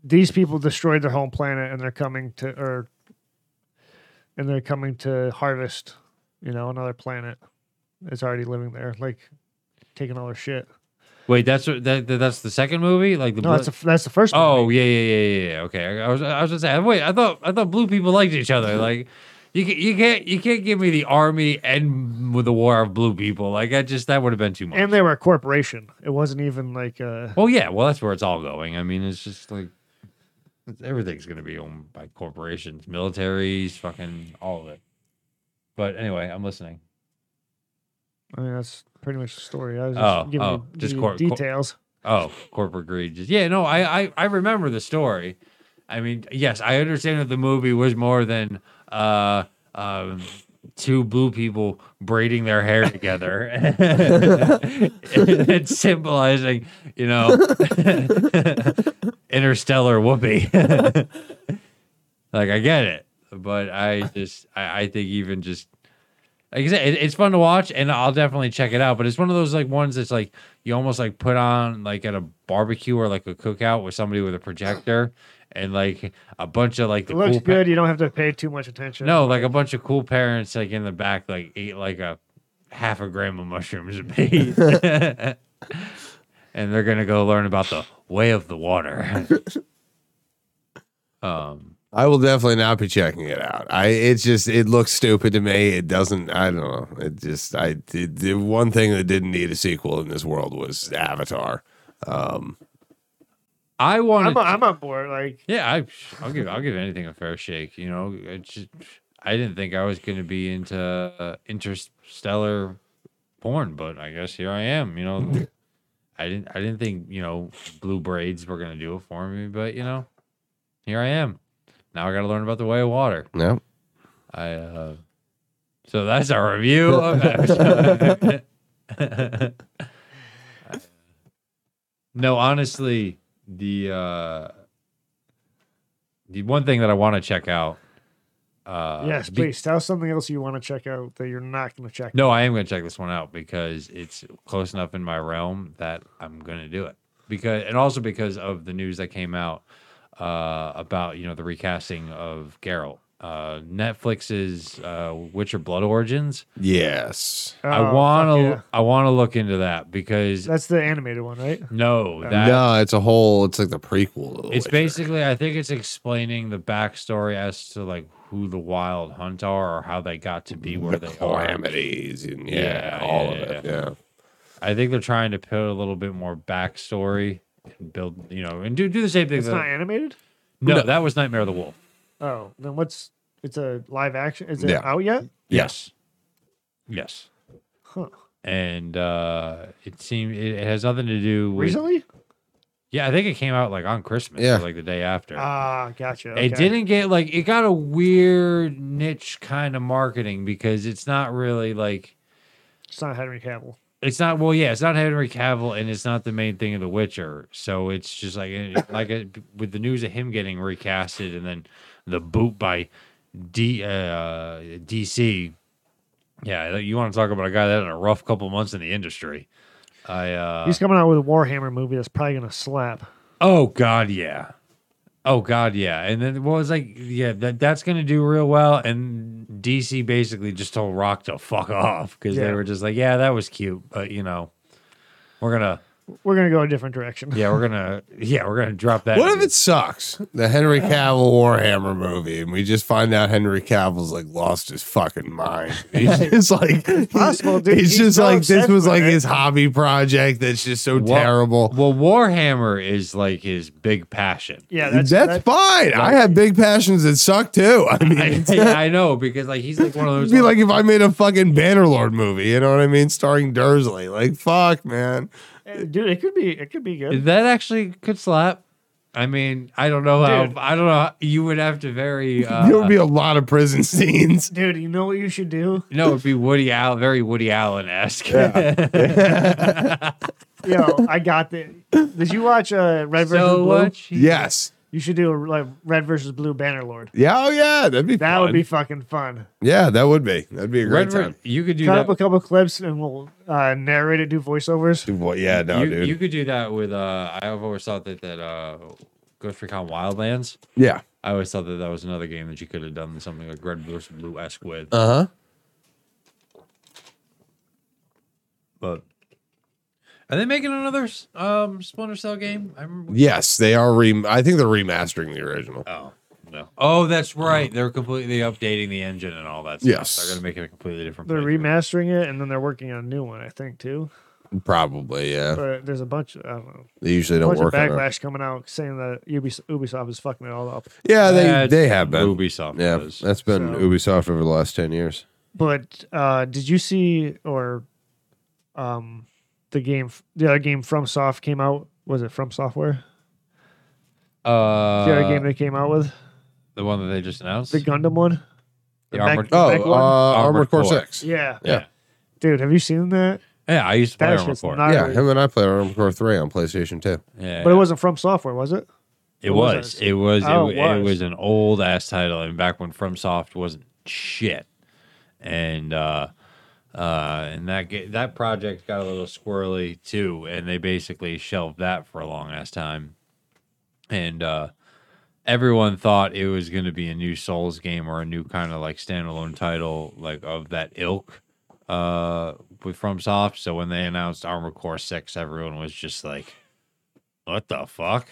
S4: these people destroyed their home planet and they're coming to or and they're coming to harvest, you know, another planet that's already living there, like taking all their shit.
S3: wait that's what- that, that- that's the second movie like the
S4: No, that's
S3: blue-
S4: the, that's the first.
S3: oh yeah yeah yeah yeah, yeah okay I, I was I was gonna say wait I thought I thought blue people liked each other like. You can't, you can't you can't give me the army and with the war of blue people like I just that would have been too much.
S4: and they were a corporation. It wasn't even like uh
S3: well yeah well that's where it's all going. I mean it's just like It's- Everything's gonna be owned by corporations, militaries, fucking all of it. But anyway, I'm listening.
S4: I mean, that's pretty much the story. I was just
S3: Oh,
S4: giving
S3: oh,
S4: you
S3: just
S4: the
S3: cor- cor-
S4: details.
S3: Oh, corporate greed. Just, yeah, no, I, I I remember the story. I mean, yes, I understand that the movie was more than uh um two blue people braiding their hair together [LAUGHS] and symbolizing, you know, [LAUGHS] interstellar whoopee. [LAUGHS] like I get it, but I just I, I think even just like I said, it, it's fun to watch, and I'll definitely check it out. But it's one of those like ones that's like you almost like put on like at a barbecue or like a cookout with somebody with a projector and like a bunch of like the
S4: it looks
S3: cool pa-
S4: good. you don't have to pay too much attention.
S3: no, like a bunch of cool parents like in the back like ate like a half a gram of mushrooms a piece. and they're gonna go learn about the way of the water. um
S2: I will definitely not be checking it out. I it's just it looks stupid to me. It doesn't. I don't know. It just I the- the one thing that didn't need a sequel in this world was Avatar. Um,
S3: I want
S4: I'm, I'm on board. Like,
S3: Yeah, I, I'll give I'll give anything a fair shake. You know, it's just, I didn't think I was going to be into uh, interstellar porn, but I guess here I am. You know, I didn't I didn't think you know blue braids were going to do it for me, but you know, here I am. Now I got to learn about the way of water.
S2: no,
S3: I uh, so that's our review. of- [LAUGHS] no, honestly, the uh, the one thing that I want to check out. Uh,
S4: yes,
S3: be-
S4: please tell us something else you want to check out that you're not going to check.
S3: no, I am going to check this one out because it's close enough in my realm that I'm going to do it. Because and also because of the news that came out uh, about you know the recasting of Geralt. Uh, Netflix's uh, Witcher Blood Origins.
S2: yes,
S4: Oh,
S3: I want to.
S4: fuck yeah.
S3: I want to look into that because
S4: That's the animated one, right?
S3: no, that
S2: no. It's a whole. It's like the prequel. To the
S3: it's
S2: Witcher.
S3: basically i think it's explaining the backstory as to like who the wild hunt are or how they got to be where
S2: the
S3: they are
S2: calamities and
S3: Yeah,
S2: yeah, all
S3: yeah,
S2: of it. Yeah.
S3: i think they're trying to put a little bit more backstory and build you know and do, do the same thing
S4: It's
S3: that,
S4: not animated.
S3: no,
S2: No.
S3: that was nightmare of the wolf
S4: Oh, then what's? It's a live action. Is it
S2: Yeah.
S4: out yet?
S2: Yes.
S3: yes
S4: Huh.
S3: and uh it seemed it, it has nothing to do with
S4: Recently?
S3: yeah i think it came out like on christmas or,
S2: Yeah.
S3: like the day after
S4: Ah, gotcha.
S3: It
S4: okay.
S3: didn't get like it got a weird niche kind of marketing because it's not really like
S4: It's not Henry Cavill.
S3: it's not well yeah it's not Henry Cavill and it's not the main thing of The Witcher so it's just like it- like uh, with the news of him getting recasted and then the boot by D uh, DC yeah you want to talk about a guy that had a rough couple months in the industry I uh
S4: He's coming out with a Warhammer movie that's probably going to slap.
S3: Oh God, yeah. Oh God, yeah. And then what was like, yeah, that that's gonna do real well. And DC basically just told Rock to fuck off because
S4: Yeah.
S3: they were just like, yeah, that was cute, but you know, we're gonna,
S4: We're going to go a different direction.
S3: yeah, we're gonna, [LAUGHS] yeah, we're gonna drop that.
S2: What if it sucks? The Henry Cavill Warhammer movie, and we just find out Henry Cavill's like lost his fucking mind. [LAUGHS] He's just like,
S4: possible, dude.
S2: He's
S4: He's
S2: just
S4: so
S2: like, this
S4: obsessed
S2: was
S4: with
S2: like
S4: it.
S2: his hobby project that's just so
S3: Wha-
S2: terrible.
S3: [LAUGHS] Well, Warhammer is like his big passion.
S4: [LAUGHS] Yeah,
S2: That's,
S4: that's,
S2: fine. I have big passions that suck too. I
S3: [LAUGHS]
S2: mean,
S3: I,
S2: it'd
S3: I know because like he's like one of those.
S2: be like if I made a fucking Bannerlord movie, you know what I mean, starring Dursley. Like, fuck, man.
S4: that- eh, dude. It could be. It could be good.
S3: That actually could slap. I mean, I don't know how.
S4: Dude.
S3: I don't know. How, you would have to very. Uh,
S2: there would be a lot of prison [LAUGHS] scenes.
S4: Dude, you know what you should do?
S3: No, it'd be Woody Allen, very Woody Allen esque. [LAUGHS]
S4: Yo, I got the. Did you watch uh, Red versus
S3: [LAUGHS] so
S4: Blue?
S3: much.
S2: Yes.
S4: You should do like Red versus Blue Bannerlord.
S2: Yeah. Oh, yeah. That'd be.
S4: That
S2: fun.
S4: would be fucking fun.
S2: Yeah, that would be. That'd be a
S3: Red,
S2: great time.
S3: Ver- you could do
S4: Cut
S3: that.
S4: up a couple clips and we'll uh, narrate it, do voiceovers.
S2: Dude, boy, yeah, no,
S3: you,
S2: dude.
S3: you could do that with. Uh, I've always thought that that uh, Ghost Recon Wildlands.
S2: yeah.
S3: I always thought that that was another game that you could have done something like Red versus Blue esque with.
S2: Uh huh.
S3: But are they making another s- um, Splinter Cell game? I remember.
S2: Yes, they are. Re- I think they're remastering the original.
S3: Oh no! Oh, that's right. They're completely updating the engine and all that. Stuff.
S2: Yes.
S3: they're gonna make it a completely different.
S4: They're
S3: playthrough.
S4: remastering it and then they're working on a new one, I think, too.
S2: Probably, yeah.
S4: But there's a bunch of, I don't know,
S2: They usually
S4: a
S2: don't
S4: bunch of
S2: work. on it.
S4: backlash coming out saying that Ubis- Ubisoft is fucking it all up.
S2: Yeah, they
S3: That's
S2: they have been.
S3: Ubisoft
S2: Yeah,
S3: does.
S2: that's been
S4: So-
S2: Ubisoft over the last ten years.
S4: But uh, did you see or um, the game, the other game from Soft came out? Was it from Software?
S3: Uh,
S4: The other
S2: Uh,
S4: game they came out with
S3: the one that they just announced.
S4: the Gundam one.
S3: The
S4: back-
S3: Armored-
S4: the
S2: Oh,
S4: back
S2: uh,
S4: one?
S2: Armored Core
S3: Core.
S2: Six.
S4: yeah,
S2: Yeah.
S4: dude, have you seen that?
S3: yeah, I used to play
S4: That
S3: Armored
S4: shit's
S3: Core.
S4: not-
S2: Yeah, him and I played Armored Core Three on PlayStation Two.
S3: yeah,
S4: But it wasn't from Software, was it?
S3: It
S4: Or
S3: was.
S4: was it?
S3: It was.
S4: Oh,
S3: it,
S4: it
S3: wa- it
S4: was.
S3: was an old ass title, and back when FromSoft wasn't shit, and uh, uh, and that ga- that project got a little squirrely too, and they basically shelved that for a long ass time, and uh, everyone thought it was going to be a new Souls game or a new kind of like standalone title like of that ilk uh with FromSoft. So when they announced Armored Core Six, everyone was just like, "What the fuck."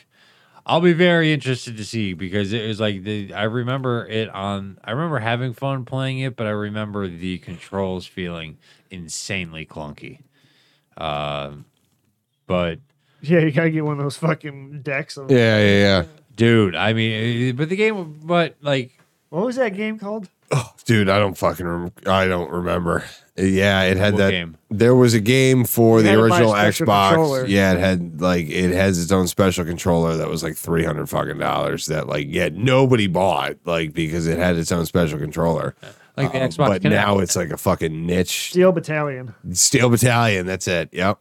S3: I'll be very interested to see because it was like the I remember it on I remember having fun playing it, but I remember the controls feeling insanely clunky. Um, but
S4: Yeah, you gotta get one of those fucking decks. Of,
S2: Yeah, yeah, yeah.
S3: dude, I mean, eh, but the game, but like
S4: What was that game called?
S2: Oh, dude, I don't fucking. Rem- I don't remember. Yeah, it had
S3: What
S2: that.
S3: game?
S2: There was a game for
S4: You had
S2: the
S4: to buy a
S2: original
S4: special
S2: Xbox.
S4: controller.
S2: Yeah, it had like it has its own special controller that was like three hundred fucking dollars. That like yeah nobody bought like because it had its own special controller.
S3: like the
S4: Uh,
S2: Um,
S3: Xbox,
S2: but
S3: Connect.
S2: now it's like a fucking niche
S4: Steel Battalion.
S2: Steel Battalion. That's it. Yep.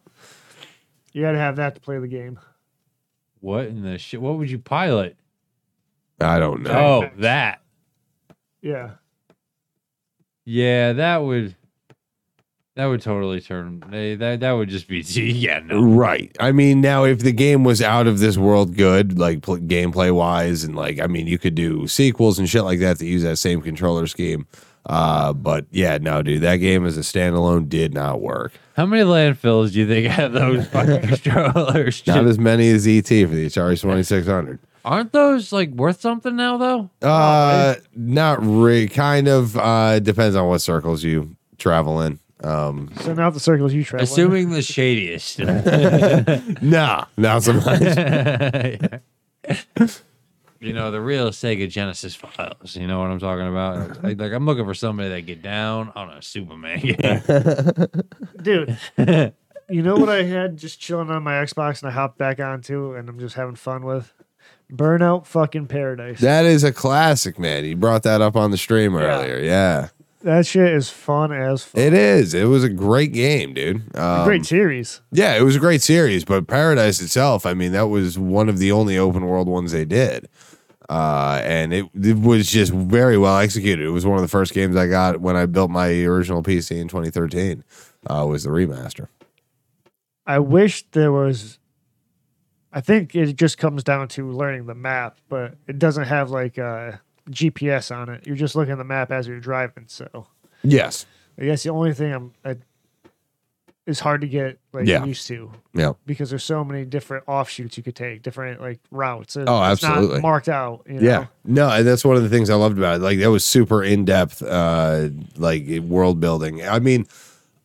S4: You gotta have that to play the game.
S3: what in the shit? What would you pilot?
S2: I don't know.
S3: Oh,
S4: Facts.
S3: that
S4: Yeah.
S3: yeah, that would that would totally turn eh, that that would just be [LAUGHS] yeah no
S2: Right. I mean, now if the game was out of this world good, like pl- gameplay wise, and like, I mean, you could do sequels and shit like that that use that same controller scheme. Uh, but yeah, no, dude, that game as a standalone did not work.
S3: How many landfills do you think have those fucking [LAUGHS] controllers?
S2: Not as many as ET for the Atari 2600.
S3: Aren't those like worth something now though?
S2: Uh, not really. Kind of. Uh, depends on what circles you travel in. Um,
S4: So now the circles you travel. in.
S3: Assuming the shadiest.
S2: nah, not so much.
S3: You know the real Sega Genesis files. You know what I'm talking about? Like, like, I'm looking for somebody that get down on a Superman. game.
S4: dude. you know what I had just chilling on my Xbox and I hopped back onto and I'm just having fun with Burnout fucking Paradise. That,
S2: that is a classic, man. You brought that up on the stream earlier. Yeah.
S4: shit is fun as fuck.
S2: It is. It was a great game, dude. Um,
S4: Great series.
S2: Yeah, it was a great series, but Paradise itself, I mean, that was one of the only open world ones they did. Uh, and it, it was just very well executed. It was one of the first games I got when I built my original PC in 2013. Uh, was the remaster.
S4: I wish there was. I think it just comes down to learning the map, but it doesn't have like uh, GPS on it. You're just looking at the map as you're driving. So
S2: Yes.
S4: I guess the only thing I'm I, is hard to get like
S2: Yeah.
S4: used to
S2: Yeah.
S4: because there's so many different offshoots you could take, different like routes. and
S2: Oh,
S4: it's not
S2: absolutely.
S4: marked out. You know?
S2: Yeah. No, and that's one of the things I loved about it. Like that was super in depth, uh, like world building. I mean,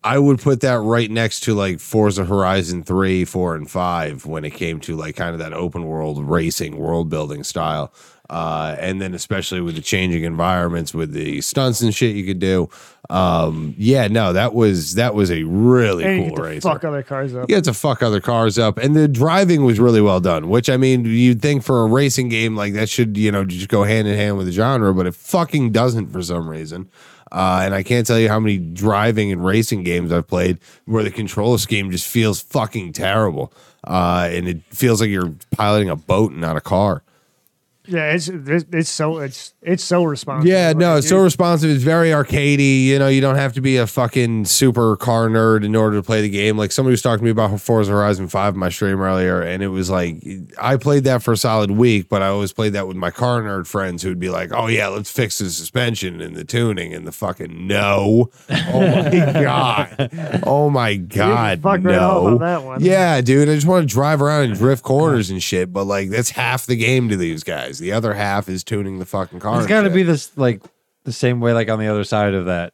S2: I would put that right next to like Forza Horizon three, four, and five when it came to like kind of that open world racing, world building style. Uh, and then especially with the changing environments, with the stunts and shit you could do. Um, yeah, no, that was that was a really
S4: and you
S2: cool
S4: get to
S2: race.
S4: fuck other cars up.
S2: You had to fuck other cars up, and the driving was really well done. Which I mean, you'd think for a racing game like that should you know just go hand in hand with the genre, but it fucking doesn't for some reason. Uh, and I can't tell you how many driving and racing games I've played where the control scheme just feels fucking terrible, uh, and it feels like you're piloting a boat and not a car.
S4: Yeah, it's it's it's so it's it's so responsive.
S2: Yeah,
S4: Like,
S2: no, it's so
S4: dude,
S2: responsive. It's very arcadey. You know, you don't have to be a fucking super car nerd in order to play the game. Like somebody was talking to me about Forza Horizon Five in my stream earlier, and it was like I played that for a solid week, but I always played that with my car nerd friends who'd be like, "Oh yeah, let's fix the suspension and the tuning and the fucking no." Oh
S4: [LAUGHS]
S2: my god! Oh my god!
S4: fuck right
S2: no.
S4: off on that one.
S2: Yeah, dude, I just want to drive around and drift corners and shit, but like that's half the game to these guys. The other half is tuning the fucking car.
S3: it's
S2: and
S3: got to
S2: shit.
S3: be this like the same way like on the other side of that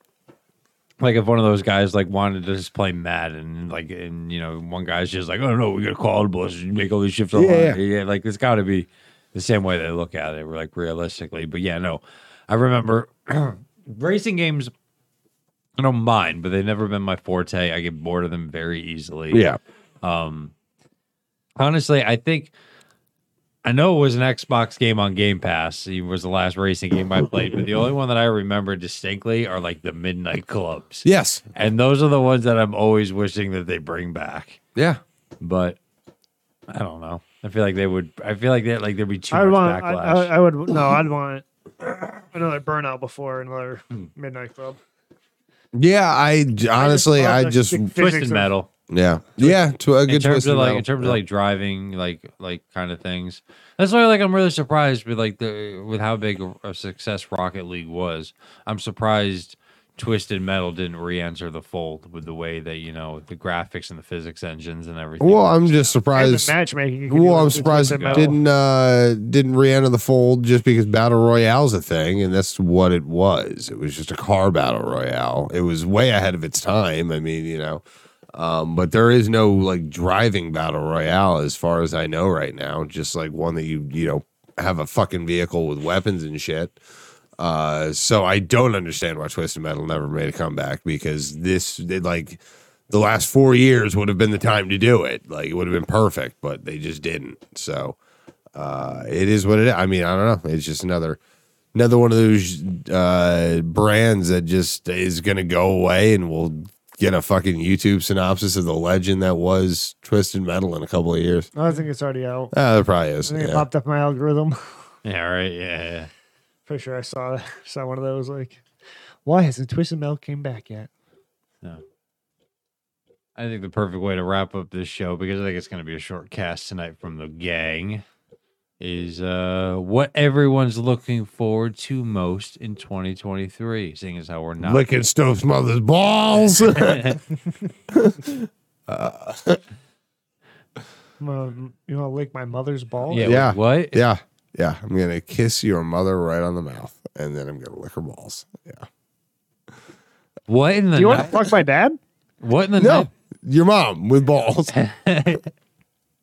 S3: like if one of those guys like wanted to just play Madden, and like and you know one guy's just like, oh no, we gotta call the bus and make all these shifts online.
S2: Yeah,
S3: Yeah, like it's got to be the same way they look at it. We're like realistically, but yeah, no, I remember [CLEARS THROAT] racing games. I don't mind, but they've never been my forte. I get bored of them very easily.
S2: Yeah.
S3: Um, honestly, I think I know it was an Xbox game on Game Pass. It was the last racing game I played, but the only one that I remember distinctly are like the Midnight Clubs,
S2: Yes.
S3: and those are the ones that I'm always wishing that they bring back.
S2: Yeah.
S3: But I don't know. I feel like they would. I feel like that like there'd be too much
S4: I would want. I,
S3: backlash.
S4: I, I would no. I'd want another burnout before another
S2: Hmm.
S4: midnight club.
S2: Yeah. I j- honestly,
S4: love
S2: I
S4: the
S2: just,
S4: sick
S3: Twisted
S4: physics of-
S3: metal.
S2: yeah, yeah. To a good
S3: in terms
S2: twisted
S3: of like
S2: metal.
S3: in terms
S2: Yeah.
S3: of like driving like like kind of things that's why like i'm really surprised with like the with how big a success rocket league was i'm surprised twisted metal didn't re-enter the fold with the way that you know the graphics and the physics engines and everything
S2: Well, I'm just
S4: And the
S2: surprised.
S4: matchmaking. you can do
S2: Well, I'm
S4: with
S2: surprised it
S4: Twisted Metal.
S2: didn't uh didn't re-enter the fold just because battle royale's a thing, and that's what it was. It was just a car battle royale. It was way ahead of its time. I mean, you know, um, but there is no like driving battle royale as far as I know right now. Just like one that you you know have a fucking vehicle with weapons and shit. Uh, so I don't understand why Twisted Metal never made a comeback because this it, like the last four years would have been the time to do it. Like it would have been perfect, but they just didn't. So uh, it is what it is. I mean, I don't know. It's just another another one of those uh, brands that just is going to go away, and we'll get a fucking YouTube synopsis of the legend that was Twisted Metal in a couple of years.
S4: I think it's already out.
S2: Uh, there probably is.
S4: I think it
S2: Yeah.
S4: popped up my algorithm. [LAUGHS]
S3: yeah right yeah, yeah.
S4: Pretty sure I saw saw one of those. Like, why hasn't Twisted Metal came back yet?
S3: i think the perfect way to wrap up this show because i think it's going to be a short cast tonight from the gang is uh what everyone's looking forward to most in 2023 seeing as how we're not
S2: Licking Stokes' mother's balls. [LAUGHS]
S4: I'm gonna- you want to lick my mother's balls?
S3: yeah,
S2: Yeah.
S3: what
S2: Yeah. Yeah. I'm going to kiss your mother right on the mouth and then I'm going to lick her balls. Yeah.
S3: What in the
S4: Do you want
S3: ni-
S4: to fuck my dad?
S3: what in the
S2: No, your mom with balls.
S3: ninth,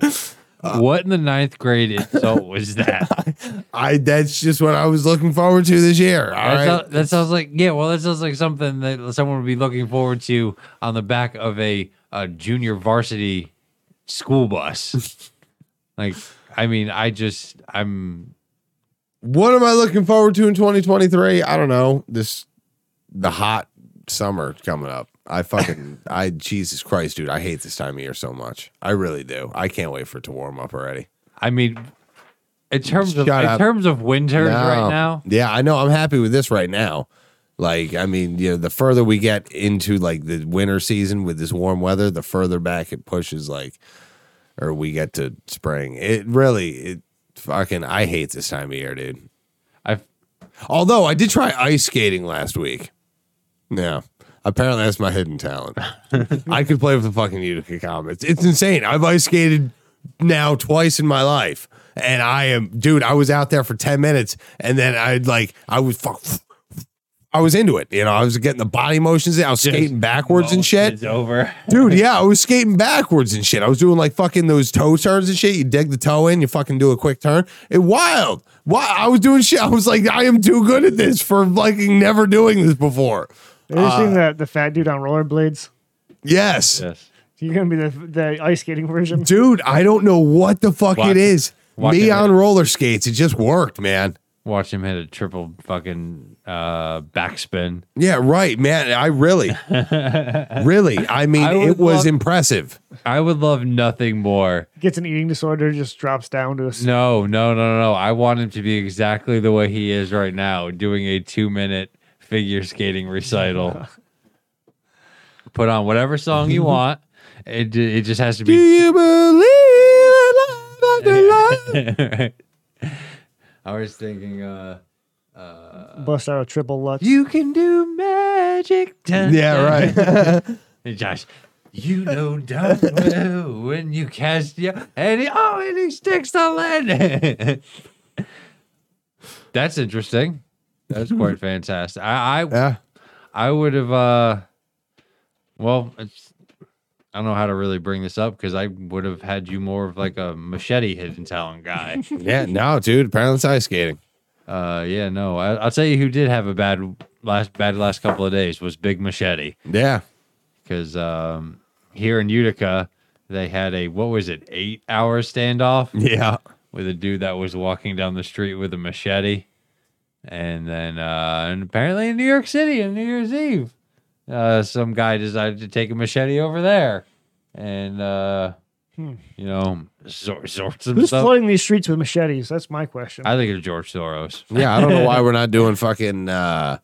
S3: [LAUGHS] what in the ninth grade insult was
S2: [LAUGHS]
S3: that?
S2: I that's just what I was looking forward to this year. All
S3: that,
S2: right.
S3: sounds, that sounds like yeah. Well, that sounds like something that someone would be looking forward to on the back of a, a junior varsity school
S2: [LAUGHS]
S3: bus. like, I mean, I just I'm
S2: what am I looking forward to in 2023? I don't know. This the hot summer coming up. I fucking I Jesus Christ, dude. I hate this time of year so much. I really do. I can't wait for it to warm up already.
S3: I mean, in terms of
S2: Shut
S3: in
S2: up.
S3: terms of winters right
S2: No.
S3: now,
S2: Yeah, I know. I'm happy with this right now. Like, I mean, you know, the further we get into like the winter season with this warm weather, the further back it pushes. Like, or we get to spring. It really, it fucking. I hate this time of year, dude.
S3: I
S2: Although I did try ice skating last week. Yeah. Apparently that's my hidden talent. I could play with the fucking Utica Comets. It's insane. I've ice skated now twice in my life. And I am dude, I was out there for 10 minutes and then I'd like I was fuck I was into it. You know, I was getting the body motions. I was skating backwards and shit.
S3: It's
S2: [LAUGHS]
S3: over.
S2: Dude, yeah, I was skating backwards and shit. I was doing like fucking those toe turns and shit. You dig the toe in, you fucking do a quick turn. It wild. Why I was doing shit. I was like, I am too good at this for fucking never doing this before.
S4: Have you
S3: Uh,
S4: seen that the fat dude on rollerblades?
S2: Yes.
S3: Yes.
S4: You're gonna be the the ice skating [LAUGHS] version.
S2: Dude, I don't know what the fuck
S3: Watch
S2: it
S3: it.
S2: is.
S3: Watch
S2: Me
S3: it.
S2: on roller skates. It just worked, man.
S3: Watch him hit a triple fucking uh backspin.
S2: Yeah, right, man. I really, really, I mean,
S3: I would
S2: it was
S3: love-
S2: impressive.
S3: I would love nothing more
S4: Gets an eating disorder, just drops down to a. s-
S3: No, no, no, no. I want him to be exactly the way he is right now, doing a two minute figure skating recital. [LAUGHS] Put on whatever song
S2: [LAUGHS]
S3: you want. It, it just has to
S2: Do
S3: be.
S2: you believe [LAUGHS]
S3: [LAUGHS]
S2: in love after love?
S3: I was thinking, uh,
S4: bust out a triple lutz.
S3: you can do magic. Dun,
S2: Yeah, right.
S3: Hey, Josh, you know darn well when you cast your and he, oh, and he sticks the lead. That's interesting. That's quite fantastic. I I,
S2: Yeah.
S3: I would have uh Well, it's I don't know how to really bring this up because I would have had you more of like a machete hidden talent guy.
S2: Yeah, no, dude. Apparently, it's ice skating.
S3: uh, yeah, no, I, I'll tell you who did have a bad last bad last couple of days was Big Machete
S2: Yeah,
S3: because um, here in Utica they had a what was it eight hour standoff
S2: yeah.
S3: with a dude that was walking down the street with a machete. And then, uh, and apparently in New York City on New Year's Eve, uh, some guy decided to take a machete over there and, uh,
S4: Hmm.
S3: you know, sort, sort some
S4: Who's
S3: stuff.
S4: flooding these streets with machetes? That's my question.
S3: I think it's George Soros.
S2: Yeah, I don't know why we're not doing fucking uh,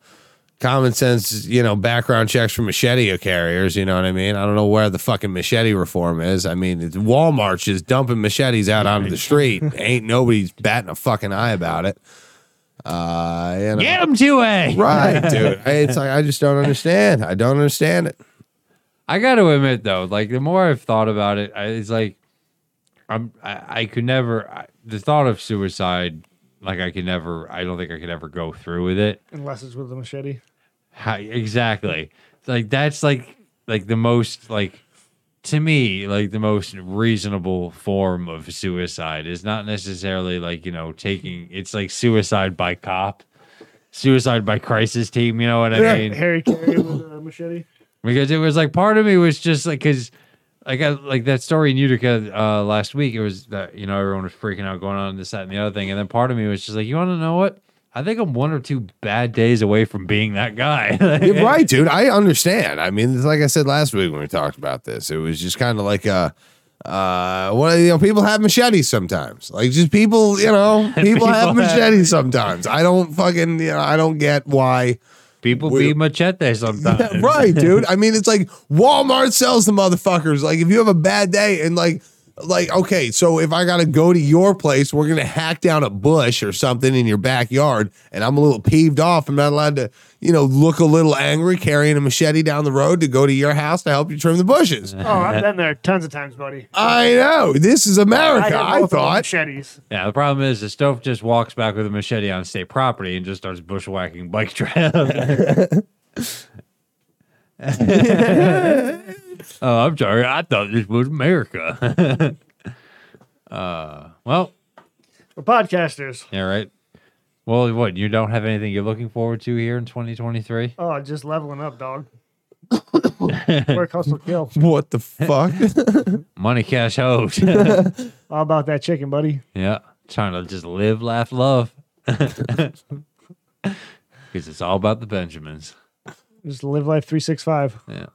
S2: common sense, you know, background checks for machete carriers. You know what I mean? I don't know where the fucking machete reform is. I mean, it's Walmart just dumping machetes out onto the street. Ain't nobody's batting a fucking eye about it. Uh, you know.
S3: Get him, 2A.
S2: Right, dude. I- It's like I just don't understand. I don't understand it.
S3: I got to admit though, like the more I've thought about it, I, it's like I'm I, I could never I, the thought of suicide. Like I could never. I don't think I could ever go through with it.
S4: Unless it's with a machete.
S3: How, exactly. Like that's like like the most like to me like the most reasonable form of suicide is not necessarily like you know taking it's like suicide by cop, suicide by crisis team. You know what I mean?
S4: Harry Carey with a machete.
S3: because it was like part of me was just like because like I like that story in Utica uh, last week. It was that you know everyone was freaking out going on this that and the other thing, and then part of me was just like, you want to know what? I think I'm one or two bad days away from being that guy. [LAUGHS]
S2: You're right, dude. I understand. I mean, it's like I said last week when we talked about this, it was just kind of like a. Uh, well, you know, people have machetes sometimes. Like, just people,
S3: [LAUGHS]
S2: you know, people,
S3: People
S2: have
S3: have-
S2: machetes sometimes. I don't fucking, you know, I don't get why.
S3: People
S2: We-
S3: be machete sometimes.
S2: [LAUGHS] right, dude. I mean, it's like Walmart sells the motherfuckers. Like, if you have a bad day and like, like, okay, so if I gotta go to your place, we're gonna hack down a bush or something in your backyard, and I'm a little peeved off. I'm not allowed to, you know, look a little angry carrying a machete down the road to go to your house to help you trim the bushes.
S4: Oh, I've been there tons of times, buddy.
S2: I know this is America.
S4: have
S2: [LAUGHS] I,
S4: both of them
S2: thought.
S4: machetes.
S3: Yeah, the problem is the stove just walks back with a machete on state property and just starts bushwhacking bike trails. oh, I'm sorry. I thought this was America. [LAUGHS] uh, well,
S4: We're podcasters.
S3: yeah, right. Well, what you don't have anything you're looking forward to here in 2023?
S4: Oh, just leveling
S3: [LAUGHS]
S4: up, dog. Work, hustle, kill.
S2: [LAUGHS] What the fuck?
S3: Money, cash, hoes.
S4: All about that chicken, buddy.
S3: yeah, trying to just live, laugh, love. [LAUGHS] Because it's all about the Benjamins.
S4: Just live life 365.
S3: Yeah.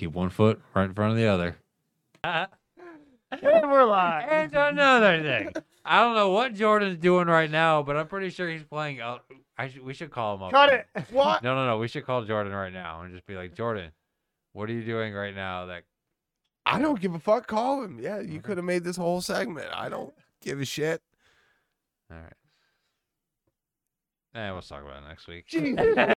S3: Keep one foot right in front of the [LAUGHS] other.
S4: And we're live.
S3: And another thing. I don't know what Jordan's doing right now, but I'm pretty sure he's playing. Uh, I should, we should call him up.
S4: Cut it. What?
S3: No, no, no. We should call Jordan right now and just be like, Jordan, what are you doing right now? That
S2: [LAUGHS] I don't give a fuck. Call him. Yeah, you could have made this whole segment. I don't give a shit.
S3: all right. Eh, we'll talk about it next week.
S2: Jesus.